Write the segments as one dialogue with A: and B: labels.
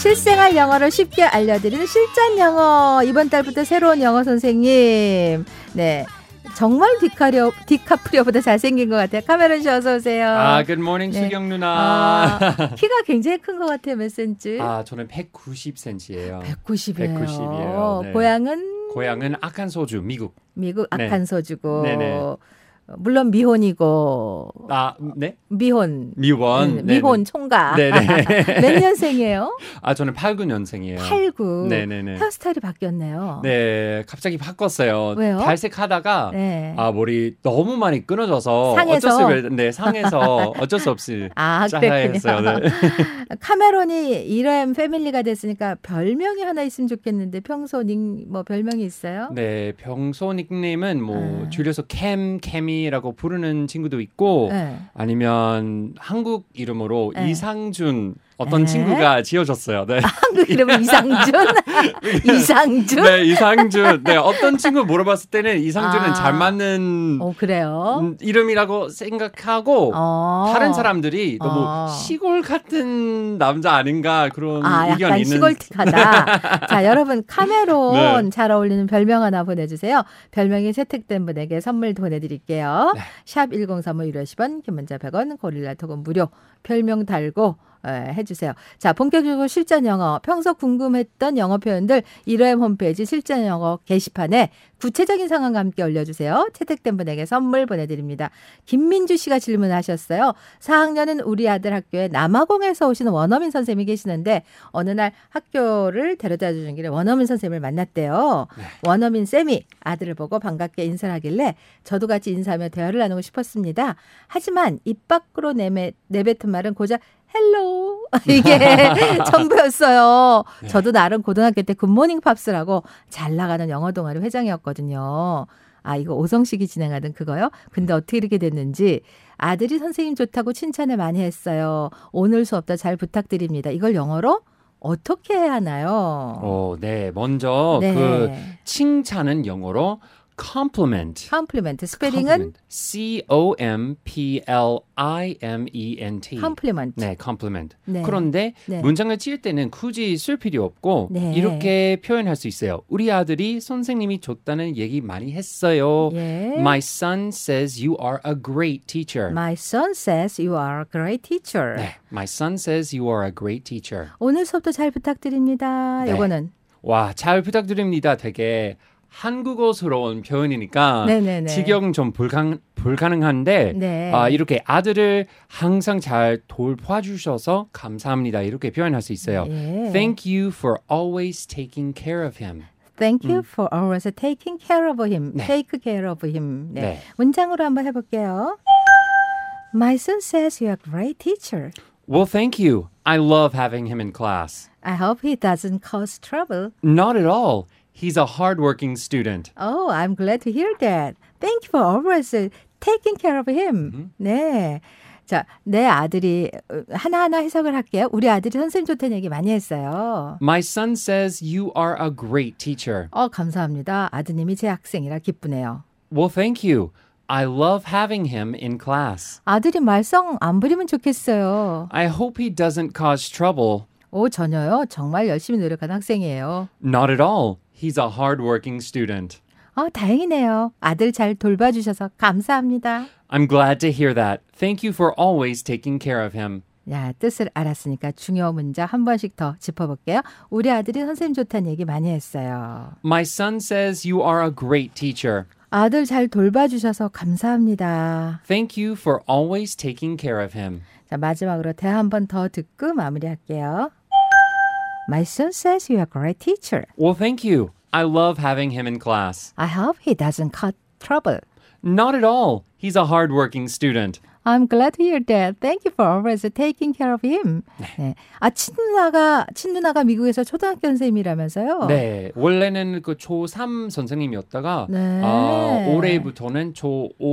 A: 실생활 영어를 쉽게 알려드리는 실전 영어 이번 달부터 새로운 영어 선생님 네 정말 디카리오 디카프리오보다 잘생긴 것 같아요 카메론 씨 어서 오세요
B: 아, good morning,
A: 네.
B: 수경
A: 아, 네.
B: 누나.
A: 키가 굉장히 큰 것 같아요 몇 센치
B: 아, 저는 190cm예요.
A: 190이에요
B: 190 이에요. 네.
A: 고향은
B: 고향은 아칸소주, 미국.
A: 미국
B: 네.
A: 아칸소주고
B: 네네.
A: 어, 물론 미혼이고
B: 아, 네?
A: 미혼
B: 미원.
A: 음, 어. 미혼 총각
B: 네, 네.
A: 몇 년생이에요?
B: 아, 저는 89년생이에요.
A: 89
B: 네, 네, 네.
A: 헤어스타일이 바뀌었네요.
B: 네, 갑자기 바꿨어요.
A: 왜요?
B: 발색하다가
A: 네.
B: 아, 머리 너무 많이 끊어져서
A: 상해서?
B: 어쩔 수 없, 네, 상해서 어쩔 수 없이
A: 아,
B: 잘라야 했어요.
A: 그랬군요.
B: 네.
A: 카메론이 이런 패밀리가 됐으니까 별명이 하나 있으면 좋겠는데 평소 닉뭐 별명이 있어요?
B: 네, 병소 닉네임은 뭐
A: 아.
B: 줄여서 캠, 캠이라고 부르는 친구도 있고
A: 네.
B: 아니면 한국 이름으로
A: 네. 아,
B: 이상준 어떤
A: 네.
B: 친구가 지어줬어요. 네.
A: 한국 이름은 이상준. 이상준.
B: 네, 이상준. 네, 어떤 친구 물어봤을 때는 이상준은
A: 아.
B: 잘 맞는
A: 어 그래요.
B: 음, 이름이라고 생각하고
A: 어.
B: 네. 다른 사람들이 너무
A: 어.
B: 시골 같은 남자 아닌가 그런
A: 아,
B: 의견이
A: 약간
B: 있는
A: 시골틱하다. 자, 여러분, 카메론
B: 네.
A: 잘 어울리는 별명 하나 보내주세요. 별명이 채택된 분에게 선물 보내드릴게요.
B: 네.
A: 샵 1035, 150원, 김문자 100원, 고릴라 톡은 무료. 별명 달고 에, 해주세요. 자, 본격적으로 실전 영어, 평소 궁금했던 영어 표현들 1호엠 홈페이지 실전 영어 게시판에 구체적인 상황과 함께 올려주세요. 채택된 분에게 선물 보내드립니다. 김민주 씨가 질문하셨어요. 4학년은 우리 아들 학교에 남아공에서 오시는 원어민 선생님이 계시는데 어느 날 학교를 데려다 주는 길에 원어민 선생님을 만났대요. 원어민 쌤이 아들을 보고 반갑게 인사를 하길래 저도 같이 인사하며 대화를 나누고 싶었습니다. 하지만 입 밖으로 내뱉, 내뱉은 말은 고작 헬로 이게 전부였어요.
B: 네.
A: 저도 나름 고등학교 때 굿모닝 팝스라고 잘 나가는 영어 동아리 회장이었거든요. 아 이거 오성식이 진행하던 그거요? 근데
B: 네.
A: 어떻게 이렇게 됐는지 아들이 선생님 좋다고 칭찬을 많이 했어요. 오늘 수업도 잘 부탁드립니다. 이걸 영어로 어떻게 해야 하나요?
B: 어, 네. 먼저 그 칭찬은 영어로 compliment.
A: 컴플리멘트 스페링은
B: C O M P L I M E N T.
A: 컴플리멘트.
B: 네, compliment.
A: 네.
B: 그런데
A: 네.
B: 문장을 지을 때는 굳이 쓸 필요 없고
A: 네.
B: 이렇게 표현할 수 있어요. 우리 아들이 선생님이 줬다는 얘기 많이 했어요.
A: 예.
B: My son says you are a great teacher.
A: My son says you are a great teacher.
B: 네, my son says you are a great teacher.
A: 오늘 수업도 잘 부탁드립니다.
B: 네.
A: 요거는
B: 와, 잘 부탁드립니다. 되게 한국어스러운 표현이니까
A: 네네네.
B: 직역은 좀 불가능, 불가능한데
A: 네.
B: 아, 이렇게 아들을 항상 잘 돌봐 주셔서 감사합니다. 이렇게 표현할 수 있어요.
A: 예.
B: Thank you for always taking care of him.
A: Thank you for always taking care of him.
B: 음. 네.
A: Take care of him. 네.
B: 네.
A: 문장으로 한번 해볼게요. My son says you are a great teacher.
B: Well, thank you. I love having him in class.
A: I hope he doesn't cause trouble.
B: Not at all. He's a hardworking student.
A: Oh, I'm glad to hear that. Thank you for always uh, taking care of him. 네. 자, 내 아들이 어, 하나하나 해석을 할게요. 우리 아들이 선생님 좋다는 얘기 많이 했어요.
B: My son says you are a great teacher.
A: 어, 감사합니다. 아드님이 제 학생이라 기쁘네요.
B: Well, thank you. I love having him in class.
A: 아들이 말썽 안 부리면 좋겠어요.
B: I hope he doesn't cause trouble.
A: 오, 전혀요. 정말 열심히 노력하는 학생이에요.
B: Not at all. He's a hardworking student.
A: 어, 다행이네요. 아들 잘 돌봐주셔서 감사합니다.
B: I'm glad to hear that. Thank you for always taking care of him.
A: 야, 뜻을 알았으니까 중요 문장 한 번씩 더 짚어볼게요. 우리 아들이 선생님 좋다는 얘기 많이 했어요.
B: My son says you are a great teacher.
A: 아들 잘 돌봐주셔서 감사합니다.
B: Thank you for always taking care of him.
A: 자, 마지막으로 대화 한 번 더 듣고 마무리할게요. My son says you are a great teacher.
B: Well, thank you. I love having him in class.
A: I hope he doesn't cause trouble.
B: Not at all. He's a hardworking student.
A: I'm glad to hear that. Thank you for always taking care of him. 네. 아, 친누나가, 친누나가 미국에서 초등학교 선생님이라면서요?
B: 네, 원래는 그 초3 선생님이었다가
A: 네.
B: 아, 올해부터는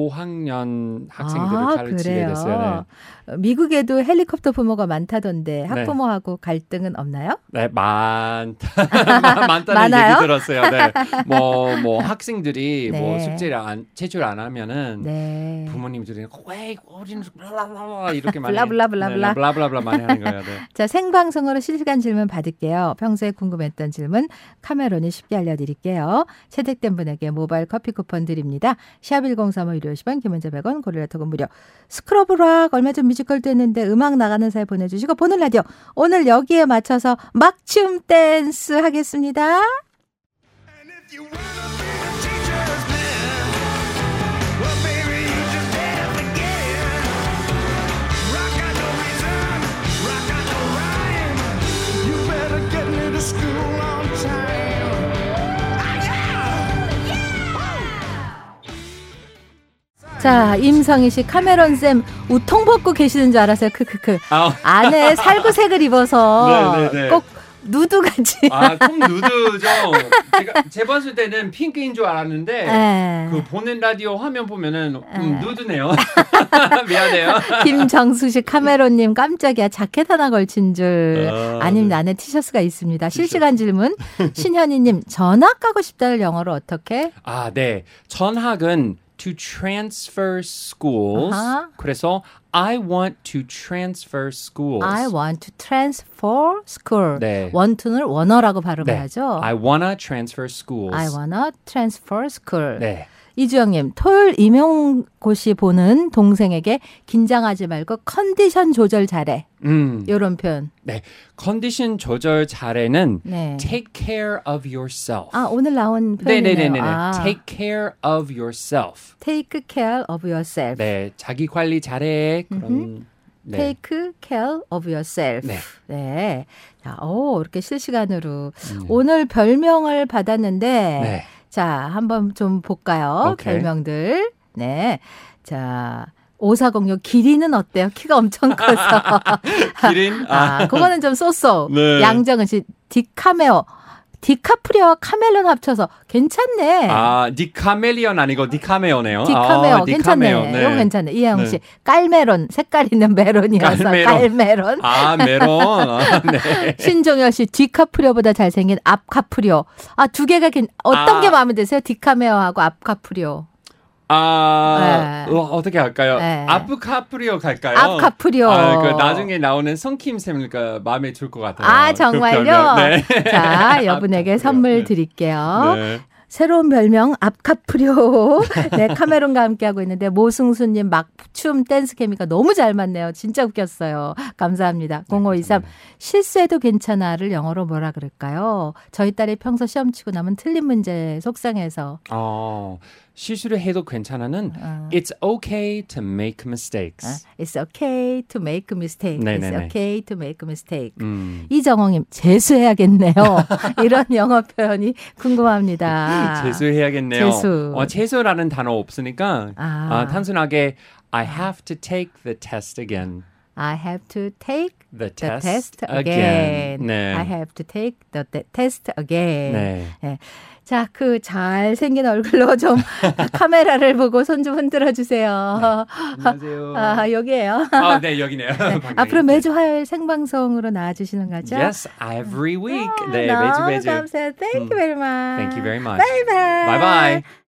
B: 초5학년 학생들을
A: 아,
B: 가르치게 됐어요. 네.
A: 어, 미국에도 헬리콥터 부모가 많다던데 학부모하고 갈등은 없나요?
B: 네, 네 많다, 많- 많다는
A: 많아요?
B: 얘기 들었어요. 네, 뭐, 뭐 학생들이
A: 네.
B: 뭐 숙제를 안, 제출 안 하면은
A: 네.
B: 부모님들이 왜, 우리는 블라블라 이렇게 많이
A: 블라블라블라블라.
B: 네, 네, 블라블라블라 많이 하는 거예요. 네.
A: 자, 생방송으로 실시간 질문 받을게요. 평소에 궁금했던 질문 카메론이 쉽게 알려드릴게요. 채택된 분에게 모바일 커피 쿠폰 드립니다. 샵1035 유료 10원, 김은재 100원, 고릴라 토금 무료. 스크러브락 얼마 전 뮤지컬도 했는데 음악 나가는 사이 보내주시고 보는 라디오 오늘 여기에 맞춰서 막춤 댄스 하겠습니다.
C: And if you wanna be the teacher's man, well, baby, you just have to get in. Rock got no reason, rock got no rhyme. You better get me to school on time. Ah, yeah!
A: 자, 임성희 씨 카메론 쌤 우통 벗고 계시는 줄 알았어요. 크크크.
B: 아,
A: 안에 살구색을 입어서
B: 네, 네, 네.
A: 꼭 누드같이.
B: 아, 톰 누드죠. 제가 제 봤을 때는 핑크인 줄 알았는데
A: 예.
B: 그 보는 라디오 화면 보면은 음,
A: 네.
B: 누드네요. 미안해요.
A: 김정수 씨 카메론님 깜짝이야 자켓 하나 걸친 줄.
B: 아,
A: 아니면 안에 티셔츠가 있습니다. 실시간 질문 신현이님 전학 가고 싶다를 영어로 어떻게?
B: 아, 네. 전학은 to transfer schools.
A: 아하.
B: 그래서 I want to transfer schools.
A: I want to transfer school.
B: 네.
A: 원투는 원어라고
B: 네.
A: 발음해야죠.
B: I wanna transfer schools.
A: I wanna transfer school.
B: 네.
A: 이주영님, 토요일 임용고시 보는 동생에게 긴장하지 말고 컨디션 조절 잘해.
B: 음.
A: 요런 표현.
B: 네. 컨디션 조절 잘에는
A: 네.
B: take care of yourself.
A: 아, 오늘 나온 표현이네요.
B: 네네네네.
A: 아,
B: Take care of yourself.
A: take care of yourself.
B: 네, 자기 관리 잘해. 그럼 네.
A: Take care of yourself.
B: 네.
A: 네. 자, 오, 이렇게 실시간으로. 오늘 별명을 받았는데,
B: 음. 네.
A: 자, 한번 좀 볼까요?
B: 오케이.
A: 별명들. 네. 자, 5406 기린은 어때요? 키가 엄청 커서.
B: 기린. 아,
A: 아, 그거는 좀 쏘쏘.
B: 네.
A: 양정은 씨, 디카메오. 디카프리오와 카멜론 합쳐서 괜찮네.
B: 아, 니카멜리언 아니고 니카메오네요.
A: 디카메오
B: 아,
A: 괜찮네.
B: 디카메오, 네.
A: 이거 괜찮네. 이혜영
B: 네.
A: 씨 깔메론 색깔 있는 메론이어서
B: 깔메론.
A: 깔메론.
B: 아, 메론. 아, 네.
A: 신종열 씨 뒤카프리오보다 잘생긴 앞카프리오. 아 두 개가 괜 어떤
B: 아.
A: 게 마음에 드세요? 디카메오하고 앞카프리오.
B: 아,
A: 네.
B: 어, 어떻게 할까요?
A: 네.
B: 아프카프리오 갈까요?
A: 앞카프리오.
B: 아, 그 나중에 나오는 성킴 쌤이니까 마음에 들 것 같아요.
A: 아,
B: 그
A: 정말요?
B: 별명. 네.
A: 자 여분에게
B: 앞카프리오.
A: 선물
B: 네.
A: 드릴게요.
B: 네.
A: 새로운 별명 앞카프리오. 네 카메론과 함께하고 있는데 모승수님 막춤 댄스 케미가 너무 잘 맞네요. 진짜 웃겼어요.
B: 네,
A: 감사합니다. 0523 실수해도 괜찮아를 영어로 뭐라 그럴까요? 저희 딸이 평소 시험 치고 나면 틀린 문제 속상해서.
B: 어, 실수를 해도 괜찮아는
A: 어.
B: It's okay to make mistakes.
A: It's okay to make mistake. It's
B: 네네네.
A: okay to make mistake.
B: 음.
A: 이정홍님 재수해야겠네요. 이런 영어 표현이 궁금합니다.
B: 재수해야겠네요.
A: 아, 재수.
B: 어, 재수라는 단어 없으니까
A: 아.
B: 아, 단순하게 I have to take the test again.
A: I have to take
B: The
A: the
B: test,
A: test, again.
B: again. 네.
A: I have to take the te- test again.
B: 네.
A: 네. 자, 그 잘생긴 얼굴로 좀 카메라를 보고 손 좀 흔들어 주세요.
B: 안녕하세요. 아,
A: 아, 여기에요.
B: 네, 여기네요. 예. 방금.
A: 앞으로 매주 화요일 생방송으로 나와주시는 거죠?
B: Yes, every week.
A: 아,
B: 네,
A: 너무
B: 매주 매주.
A: 감사해요. Hmm. Thank you very much.
B: Thank you very much.
A: Bye bye.
B: Bye bye.